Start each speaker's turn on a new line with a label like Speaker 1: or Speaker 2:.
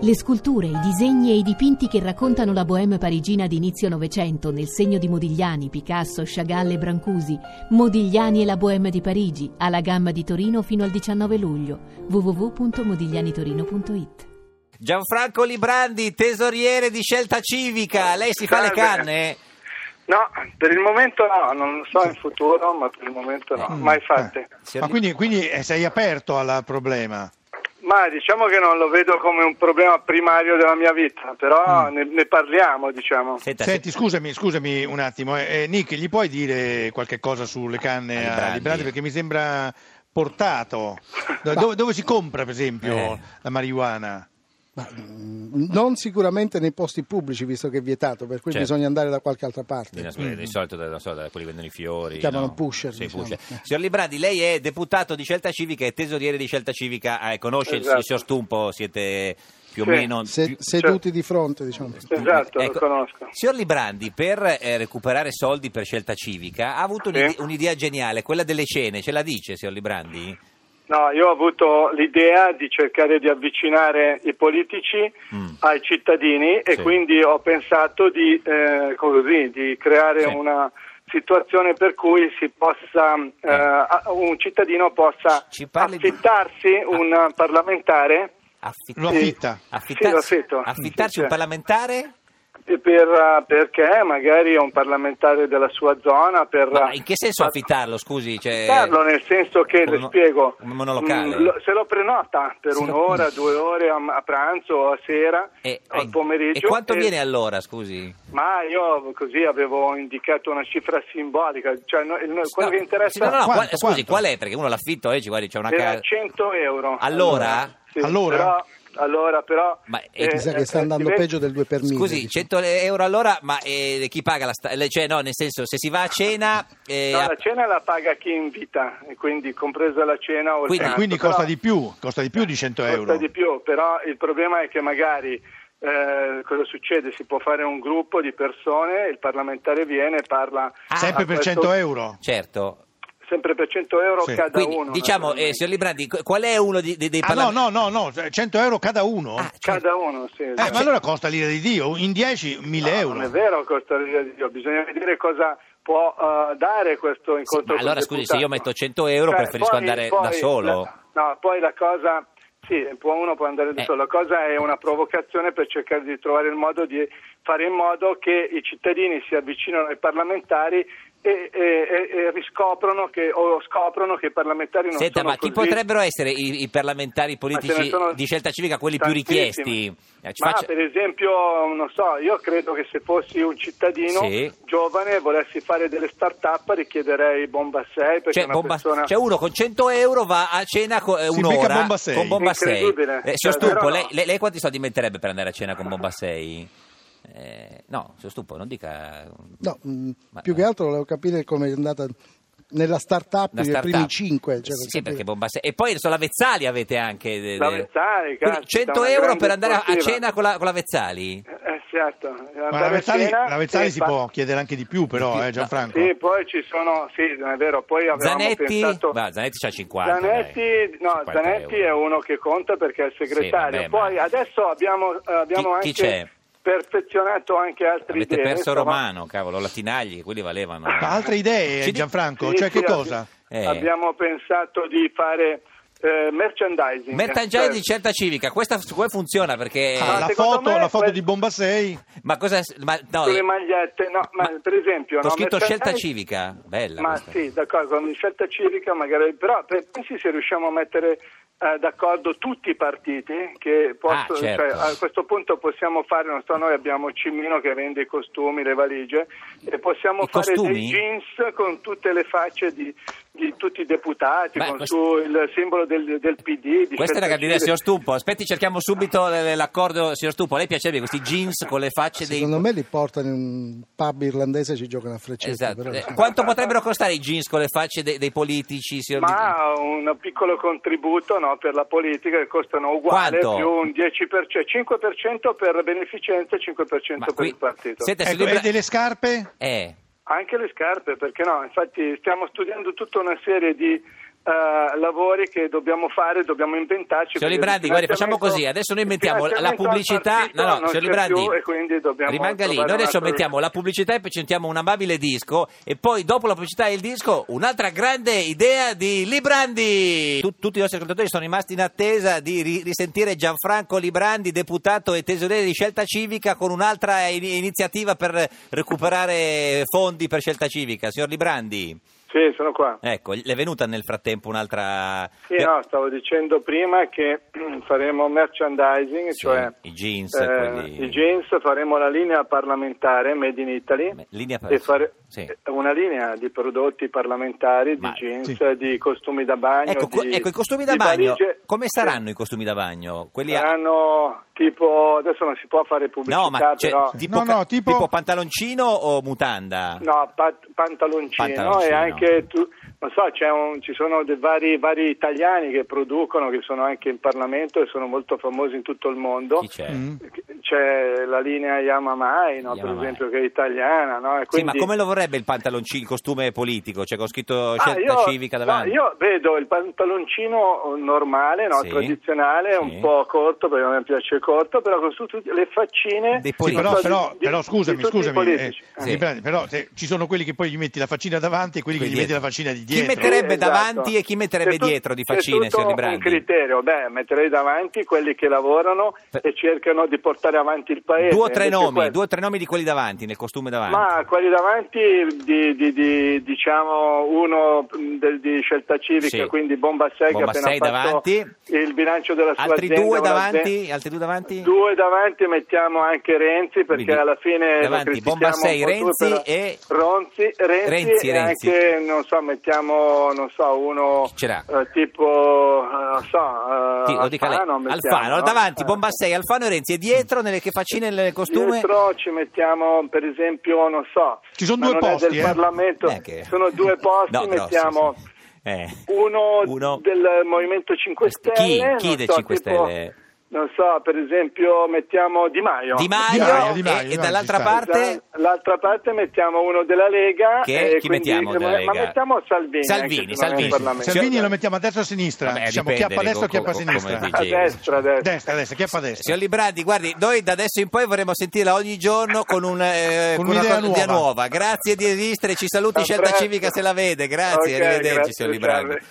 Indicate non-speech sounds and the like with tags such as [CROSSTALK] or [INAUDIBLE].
Speaker 1: Le sculture, i disegni e i dipinti che raccontano la bohème parigina di inizio Novecento nel segno di Modigliani, Picasso, Chagall e Brancusi. Modigliani e la bohème di Parigi, alla gamma di Torino fino al 19 luglio. www.modiglianitorino.it
Speaker 2: Gianfranco Librandi, tesoriere di Scelta Civica, lei si fa le
Speaker 3: Salve.
Speaker 2: canne?
Speaker 3: No, per il momento no, non lo so in futuro, ma per il momento no,
Speaker 4: Mm.
Speaker 3: mai fatte.
Speaker 2: Signor
Speaker 4: Ma quindi, quindi eh, sei aperto al problema?
Speaker 2: Eh,
Speaker 3: Ma diciamo che non lo vedo come un problema primario della mia vita, però
Speaker 2: Mm.
Speaker 3: ne, ne parliamo, diciamo.
Speaker 2: Senta,
Speaker 4: Senti, scusami, scusami un attimo. eh, eh, Nick, gli puoi dire qualche cosa sulle
Speaker 2: A
Speaker 4: canne a
Speaker 2: Librandi?
Speaker 4: Librandi? Perché mi sembra portato. Do- Dove, dove si compra, per esempio,
Speaker 2: Eh.
Speaker 4: la marijuana?
Speaker 5: Ma, mm, non sicuramente nei posti pubblici, visto che è vietato, per cui
Speaker 2: Certo.
Speaker 5: bisogna andare da qualche altra parte.
Speaker 2: Bisogna smettere, Di solito da, non so, da quelli che vendono i fiori.
Speaker 5: Si chiamano
Speaker 2: no?
Speaker 5: pusher,
Speaker 2: Sì,
Speaker 5: diciamo.
Speaker 2: pusher.
Speaker 5: Eh.
Speaker 2: Signor Librandi, lei è deputato di Scelta Civica e tesoriere di Scelta Civica. eh, conosce
Speaker 3: Esatto.
Speaker 2: il signor Stumpo? Siete più o
Speaker 3: Sì.
Speaker 2: meno...
Speaker 5: Se-
Speaker 2: più-
Speaker 5: seduti di fronte, diciamo.
Speaker 3: Esatto,
Speaker 2: Ecco,
Speaker 3: lo conosco.
Speaker 2: Signor Librandi, per eh, recuperare soldi per Scelta Civica, ha avuto
Speaker 3: Sì.
Speaker 2: un'idea, un'idea geniale, quella delle cene. Ce la dice, signor Librandi?
Speaker 3: No, io ho avuto l'idea di cercare di avvicinare i politici
Speaker 2: Mm.
Speaker 3: ai cittadini e
Speaker 2: Sì.
Speaker 3: quindi ho pensato di, eh, così, di creare
Speaker 2: Sì.
Speaker 3: una situazione per cui si possa, eh, a- un cittadino possa
Speaker 2: Ci parli di- Ah.
Speaker 3: affittarsi un parlamentare
Speaker 2: Affitt-
Speaker 4: Lo affitta.
Speaker 3: Sì, lo
Speaker 2: affittarsi,
Speaker 3: affitto.
Speaker 2: affittarsi
Speaker 3: Sì,
Speaker 2: un
Speaker 3: sì.
Speaker 2: parlamentare?
Speaker 3: E per, eh, perché magari è un parlamentare della sua zona per
Speaker 2: Ma in che senso
Speaker 3: per-
Speaker 2: affittarlo, scusi? Cioè,
Speaker 3: affittarlo nel senso che
Speaker 2: come
Speaker 3: le
Speaker 2: mo-
Speaker 3: spiego
Speaker 2: come monolocale?
Speaker 3: mm, lo- se lo prenota per
Speaker 2: Se lo-
Speaker 3: un'ora due ore a, a pranzo o a sera
Speaker 2: E,
Speaker 3: o al
Speaker 2: eh,
Speaker 3: pomeriggio
Speaker 2: e quanto viene allora, scusi?
Speaker 3: ma io così avevo indicato una cifra simbolica cioè no- il- quello
Speaker 2: No,
Speaker 3: che interessa
Speaker 2: sì, no, no,
Speaker 4: Quanto,
Speaker 2: qual- scusi,
Speaker 4: quanto?
Speaker 2: qual è? Perché uno l'affitto oggi, guardi, c'è una
Speaker 3: era
Speaker 2: casa...
Speaker 3: 100 euro
Speaker 2: Allora?
Speaker 3: Sì,
Speaker 4: Allora?
Speaker 3: però, allora però
Speaker 2: Ma-
Speaker 5: Mi sa che sta
Speaker 3: eh,
Speaker 5: andando
Speaker 3: diventa-
Speaker 5: peggio del 2 per diciamo. 1000.
Speaker 2: Scusi, 100 euro all'ora, ma eh, chi paga la sta- le- Cioè, no, nel senso, se si va a cena... eh,
Speaker 3: No,
Speaker 2: a-
Speaker 3: la cena la paga chi invita, e quindi compresa la cena o il
Speaker 2: Quindi-
Speaker 4: E
Speaker 3: pranzo,
Speaker 4: quindi costa
Speaker 3: però-
Speaker 4: di più, costa di più di 100
Speaker 3: costa
Speaker 4: euro.
Speaker 3: di più, però il problema è che magari eh, cosa succede? Si può fare un gruppo di persone, il parlamentare viene e parla
Speaker 2: Ah,
Speaker 4: Sempre
Speaker 3: a
Speaker 4: per
Speaker 3: questo-
Speaker 4: 100 euro?
Speaker 2: Certo.
Speaker 3: Sempre per 100 euro
Speaker 4: Sì.
Speaker 3: cada
Speaker 2: Quindi,
Speaker 3: uno.
Speaker 2: diciamo, eh,
Speaker 3: naturalmente.
Speaker 2: signor Librandi, qu- qual è uno di- di- dei
Speaker 4: Ah no,
Speaker 2: parlamentari...
Speaker 4: no, no, no, 100 euro cada uno?
Speaker 2: Ah,
Speaker 3: Cada uno, sì.
Speaker 4: Eh,
Speaker 3: esatto.
Speaker 4: ma allora costa l'ira di Dio, in 10 1000
Speaker 3: No,
Speaker 4: euro.
Speaker 3: Non è vero, costa l'ira di Dio, bisogna vedere cosa può eh, dare questo incontro.
Speaker 2: ma
Speaker 3: con
Speaker 2: allora,
Speaker 3: il
Speaker 2: scusi,
Speaker 3: deputato.
Speaker 2: se io metto 100 euro, preferisco andare da solo.
Speaker 3: la- no, poi la cosa... Sì, può- uno può andare da
Speaker 2: Eh.
Speaker 3: solo. La cosa è una provocazione per cercare di trovare il modo di fare in modo che i cittadini si avvicinino ai parlamentari e, e- e- e riscoprono che, o scoprono che i parlamentari non
Speaker 2: Senta,
Speaker 3: sono
Speaker 2: ma chi
Speaker 3: così.
Speaker 2: potrebbero essere i, i parlamentari
Speaker 3: Ma ce ne
Speaker 2: politici
Speaker 3: sono
Speaker 2: di scelta civica, quelli più
Speaker 3: tantissimi.
Speaker 2: richiesti? Eh, ci
Speaker 3: Ma
Speaker 2: faccia-
Speaker 3: per esempio, non so, io credo che se fossi un cittadino
Speaker 2: Sì.
Speaker 3: giovane e volessi fare delle start-up richiederei Bomba 6 perché
Speaker 2: Cioè,
Speaker 3: è una
Speaker 2: bomba-
Speaker 3: persona...
Speaker 2: cioè, uno con 100 euro va a cena co- eh,
Speaker 4: Si
Speaker 2: un'ora
Speaker 4: becca bomba sei.
Speaker 2: con bomba 6.
Speaker 3: Incredibile.
Speaker 2: Eh, signor
Speaker 3: Cioè, però
Speaker 2: Stumpo,
Speaker 3: no.
Speaker 2: lei, lei- lei quanti soldi metterebbe per andare a cena con bomba 6? no, signor Stumpo, non dica...
Speaker 5: No, mm,
Speaker 2: Ma- eh.
Speaker 5: più che altro volevo capire come è andata nella start-up
Speaker 2: una
Speaker 5: dei
Speaker 2: startup.
Speaker 5: mm, primi cioè, 5.
Speaker 2: Sì, sì, perché bomba 6. E poi non so, la Vezzali avete anche. de- de-
Speaker 3: La Vezzali,
Speaker 2: Quindi
Speaker 3: caspita,
Speaker 2: 100
Speaker 3: una
Speaker 2: euro
Speaker 3: grande
Speaker 2: per andare a- a
Speaker 3: sportiva.
Speaker 2: cena con la, con la Vezzali?
Speaker 3: Eh, certo.
Speaker 4: Ma
Speaker 3: Andare
Speaker 4: la
Speaker 3: a
Speaker 4: Vezzali,
Speaker 3: cena
Speaker 4: la Vezzali
Speaker 3: e
Speaker 4: si
Speaker 3: fa-
Speaker 4: può chiedere anche di più, però, eh, Gianfranco.
Speaker 3: Sì, poi ci sono, sì, non è vero, poi avevamo
Speaker 2: Zanetti?
Speaker 3: pensato...
Speaker 2: Ma Zanetti c'ha 50.
Speaker 3: Zanetti,
Speaker 2: dai.
Speaker 3: no,
Speaker 2: 50
Speaker 3: Zanetti
Speaker 2: euro.
Speaker 3: è uno che conta perché è il segretario.
Speaker 2: Sì, vabbè, ma-
Speaker 3: poi adesso abbiamo, eh, abbiamo
Speaker 2: Chi- chi c'è?
Speaker 3: anche perfezionato anche altre
Speaker 2: Avete
Speaker 3: idee.
Speaker 2: perso
Speaker 3: insomma. Ah,
Speaker 2: Romano, cavolo, Latinagli, quelli valevano.
Speaker 4: Ma altre idee,
Speaker 2: Ci di-
Speaker 4: Gianfranco?
Speaker 3: Sì,
Speaker 4: cioè,
Speaker 3: sì,
Speaker 4: che cosa?
Speaker 2: Eh.
Speaker 3: Abbiamo pensato di fare eh, merchandising.
Speaker 2: Mertangiai
Speaker 3: Cioè,
Speaker 2: di scelta civica, questa f- come funziona? Perché.
Speaker 4: Ah, la,
Speaker 3: secondo
Speaker 4: foto,
Speaker 3: me
Speaker 4: la foto
Speaker 3: que-
Speaker 4: di Bomba 6?
Speaker 2: Ma cosa. Ma no,
Speaker 3: sulle
Speaker 2: eh,
Speaker 3: magliette, no, ma,
Speaker 2: ma-
Speaker 3: per esempio...
Speaker 2: ho
Speaker 3: no,
Speaker 2: scritto scelta
Speaker 3: merchandising-
Speaker 2: civica, bella.
Speaker 3: Ma
Speaker 2: questa.
Speaker 3: sì, d'accordo, con scelta civica magari, però pe- pensi se riusciamo a mettere eh, d'accordo tutti i partiti che possono,
Speaker 2: Ah, certo.
Speaker 3: cioè, a questo punto possiamo fare, non so, noi abbiamo Cimino che vende i costumi, le valigie e possiamo
Speaker 2: I
Speaker 3: fare
Speaker 2: costumi?
Speaker 3: dei jeans con tutte le facce di, di tutti i deputati,
Speaker 2: Beh,
Speaker 3: con
Speaker 2: questo-
Speaker 3: su il simbolo del, del PD. di
Speaker 2: Questa è la
Speaker 3: Scelta
Speaker 2: candidatura,
Speaker 3: Civica.
Speaker 2: signor Stumpo. Aspetti, cerchiamo subito l- l'accordo, signor Stumpo. A lei piacerebbe questi jeans con le facce dei.
Speaker 5: Secondo me li portano in un pub irlandese e ci giocano a freccette.
Speaker 2: Esatto.
Speaker 5: però-
Speaker 2: Eh, Quanto potrebbero costare i jeans con le facce dei, dei politici, signor
Speaker 3: Ma un piccolo contributo no, per la politica che costano uguale
Speaker 2: Quanto?
Speaker 3: più un 10%, 5% per beneficenza e 5% per
Speaker 2: qui-
Speaker 3: il partito.
Speaker 2: Senta,
Speaker 4: Ecco,
Speaker 2: signor
Speaker 4: e
Speaker 2: Libra-
Speaker 4: delle scarpe?
Speaker 2: Eh.
Speaker 3: Anche le scarpe, perché no? Infatti stiamo studiando tutta una serie di eh, lavori che dobbiamo fare, dobbiamo inventarci.
Speaker 2: Signor
Speaker 3: perché
Speaker 2: Librandi, guardi, facciamo così,
Speaker 3: il
Speaker 2: adesso noi mettiamo la
Speaker 3: finanziamento al
Speaker 2: pubblicità,
Speaker 3: partito
Speaker 2: no, no,
Speaker 3: non
Speaker 2: signor
Speaker 3: c'è
Speaker 2: Librandi,
Speaker 3: più e quindi dobbiamo
Speaker 2: rimanga lì,
Speaker 3: trovare
Speaker 2: noi adesso
Speaker 3: un'altra-
Speaker 2: mettiamo la pubblicità e poi sentiamo un amabile disco e poi dopo la pubblicità e il disco un'altra grande idea di Librandi. Tu- tutti i nostri ascoltatori sono rimasti in attesa di ri- risentire Gianfranco Librandi, deputato e tesoriere di Scelta Civica con un'altra in- iniziativa per recuperare fondi per Scelta Civica. Signor Librandi,
Speaker 3: Sì, sono qua.
Speaker 2: ecco, le è venuta nel frattempo un'altra...
Speaker 3: Sì, no, stavo dicendo prima che [CLEARS THROAT] faremo merchandising,
Speaker 2: Sì,
Speaker 3: cioè
Speaker 2: i jeans,
Speaker 3: eh,
Speaker 2: quelli-
Speaker 3: i jeans, faremo la linea parlamentare Made in Italy
Speaker 2: Linea per...
Speaker 3: e fare
Speaker 2: sì.
Speaker 3: una linea di prodotti parlamentari,
Speaker 2: Ma-
Speaker 3: di jeans,
Speaker 4: sì.
Speaker 3: di costumi da bagno.
Speaker 2: Ecco, co-
Speaker 3: di-
Speaker 2: ecco, i costumi da
Speaker 3: di
Speaker 2: bagno,
Speaker 3: valigie.
Speaker 2: come saranno
Speaker 3: Sì,
Speaker 2: i costumi da bagno? Quelli a-
Speaker 3: Saranno tipo, adesso non si può fare pubblicità,
Speaker 2: No, ma cioè,
Speaker 3: però...
Speaker 2: tipo,
Speaker 4: No, no,
Speaker 2: ca-
Speaker 4: tipo-
Speaker 2: tipo pantaloncino o mutanda?
Speaker 3: No, pat- pantaloncino,
Speaker 2: Pantaloncino.
Speaker 3: e anche tu, non so, c'è un- ci sono dei vari, vari italiani che producono, che sono anche in Parlamento e sono molto famosi in tutto il mondo.
Speaker 2: Chi c'è?
Speaker 4: Mm.
Speaker 3: C'è la linea Yamamai, no, per
Speaker 2: Yamamai.
Speaker 3: esempio, che è italiana. No? E
Speaker 2: Sì, ma
Speaker 3: quindi-
Speaker 2: come lo vorrebbe il pantaloncino, il costume politico? Cioè, con scritto
Speaker 3: Ah,
Speaker 2: scelta
Speaker 3: io-
Speaker 2: civica
Speaker 3: no,
Speaker 2: davanti?
Speaker 3: io vedo il pantaloncino normale, no,
Speaker 2: Sì.
Speaker 3: tradizionale,
Speaker 2: Sì.
Speaker 3: un po' corto perché a me piace corto, però con su tutte le faccine
Speaker 2: Dei
Speaker 4: Sì,
Speaker 2: politici.
Speaker 4: però,
Speaker 3: di-
Speaker 4: però,
Speaker 3: di-
Speaker 4: però scusami,
Speaker 3: di tutti i
Speaker 4: scusami,
Speaker 3: politici.
Speaker 4: eh,
Speaker 2: Sì.
Speaker 4: mi prendi, però se- ci sono quelli che poi gli metti la faccina davanti e quelli che
Speaker 2: Quelli
Speaker 4: gli metti la
Speaker 2: dietro.
Speaker 4: faccina di
Speaker 2: Chi
Speaker 4: dietro.
Speaker 2: metterebbe- davanti
Speaker 3: esatto.
Speaker 2: e chi metterebbe
Speaker 3: C'è tu-
Speaker 2: dietro di
Speaker 3: c'è
Speaker 2: faccine,
Speaker 3: tutto
Speaker 2: signor Librandi?
Speaker 3: un criterio, beh, metterei davanti quelli che lavorano
Speaker 2: Per-
Speaker 3: e cercano di portare avanti il paese.
Speaker 2: Due o tre
Speaker 3: Invece
Speaker 2: nomi,
Speaker 3: quelli-
Speaker 2: due o tre nomi di quelli davanti, nel costume davanti.
Speaker 3: Ma quelli davanti, di, di- di- diciamo, uno mh, del- di scelta civica,
Speaker 2: Sì.
Speaker 3: quindi Bomba 6
Speaker 2: Bomba
Speaker 3: che ha
Speaker 2: sei
Speaker 3: appena fatto
Speaker 2: davanti.
Speaker 3: il bilancio della sua
Speaker 2: Altri
Speaker 3: azienda.
Speaker 2: due
Speaker 3: un'azienda-
Speaker 2: davanti? Altri due davanti?
Speaker 3: Due davanti mettiamo anche Renzi perché
Speaker 2: Quindi,
Speaker 3: alla fine lo
Speaker 2: davanti
Speaker 3: critichiamo
Speaker 2: Bomba
Speaker 3: un
Speaker 2: 6,
Speaker 3: po' tutti,
Speaker 2: Renzi
Speaker 3: però-
Speaker 2: e-
Speaker 3: Ronzi, Renzi,
Speaker 2: Renzi,
Speaker 3: e
Speaker 2: Renzi.
Speaker 3: anche non so mettiamo non so uno
Speaker 2: Chi ce l'ha?
Speaker 3: eh, tipo eh, non so eh,
Speaker 2: Ti- lo dica lei.
Speaker 3: Alfano, mettiamo,
Speaker 2: Alfano,
Speaker 3: no?
Speaker 2: davanti,
Speaker 3: Eh.
Speaker 2: Bomba 6, Alfano e Renzi. E dietro, nelle che faccine nel costume?
Speaker 3: Dietro ci mettiamo per esempio non so
Speaker 4: Ci sono
Speaker 3: ma
Speaker 4: due
Speaker 3: non è
Speaker 4: posti,
Speaker 3: del
Speaker 4: eh.
Speaker 3: Parlamento
Speaker 2: Neanche-
Speaker 3: sono due posti
Speaker 2: [LAUGHS] No, grossi,
Speaker 3: mettiamo
Speaker 2: sì. Eh.
Speaker 3: uno,
Speaker 2: Uno.
Speaker 3: del Movimento 5
Speaker 2: Chi?
Speaker 3: Stelle
Speaker 2: Chi
Speaker 3: non
Speaker 2: dei
Speaker 3: so,
Speaker 2: 5
Speaker 3: tipo-
Speaker 2: Stelle?
Speaker 3: non so per esempio mettiamo Di Maio
Speaker 2: Di Maio,
Speaker 4: Di Maio,
Speaker 2: e-
Speaker 4: Di Maio,
Speaker 2: e,
Speaker 4: Di Maio,
Speaker 2: dall'altra
Speaker 4: ci sta.
Speaker 2: parte
Speaker 3: L'altra parte mettiamo uno della Lega.
Speaker 2: Che-
Speaker 3: e
Speaker 2: chi
Speaker 3: quindi-
Speaker 2: mettiamo della
Speaker 3: ma,
Speaker 2: Lega?
Speaker 3: ma mettiamo Salvini.
Speaker 2: Salvini,
Speaker 3: anche se non è
Speaker 2: Salvini.
Speaker 3: in Parlamento.
Speaker 4: Salvini lo mettiamo a destra o a sinistra?
Speaker 2: Vabbè,
Speaker 4: diciamo
Speaker 2: dipende,
Speaker 4: chiappa a destra o
Speaker 2: co-
Speaker 4: chiappa a
Speaker 2: co-
Speaker 4: sinistra?
Speaker 2: come
Speaker 3: A
Speaker 2: dice.
Speaker 3: destra, a destra.
Speaker 4: destra, destra, chiappa a destra.
Speaker 2: Signor Librandi, guardi, noi da adesso in poi vorremmo sentirla ogni giorno con, un, eh,
Speaker 4: Con
Speaker 2: una
Speaker 4: un'idea
Speaker 2: cosa- idea
Speaker 4: nuova.
Speaker 2: nuova. Grazie di esistere, ci saluti
Speaker 3: A
Speaker 2: Scelta
Speaker 3: presto.
Speaker 2: Civica se la vede. Grazie,
Speaker 3: Ok,
Speaker 2: arrivederci
Speaker 3: grazie,
Speaker 2: signor Librandi.
Speaker 3: salve.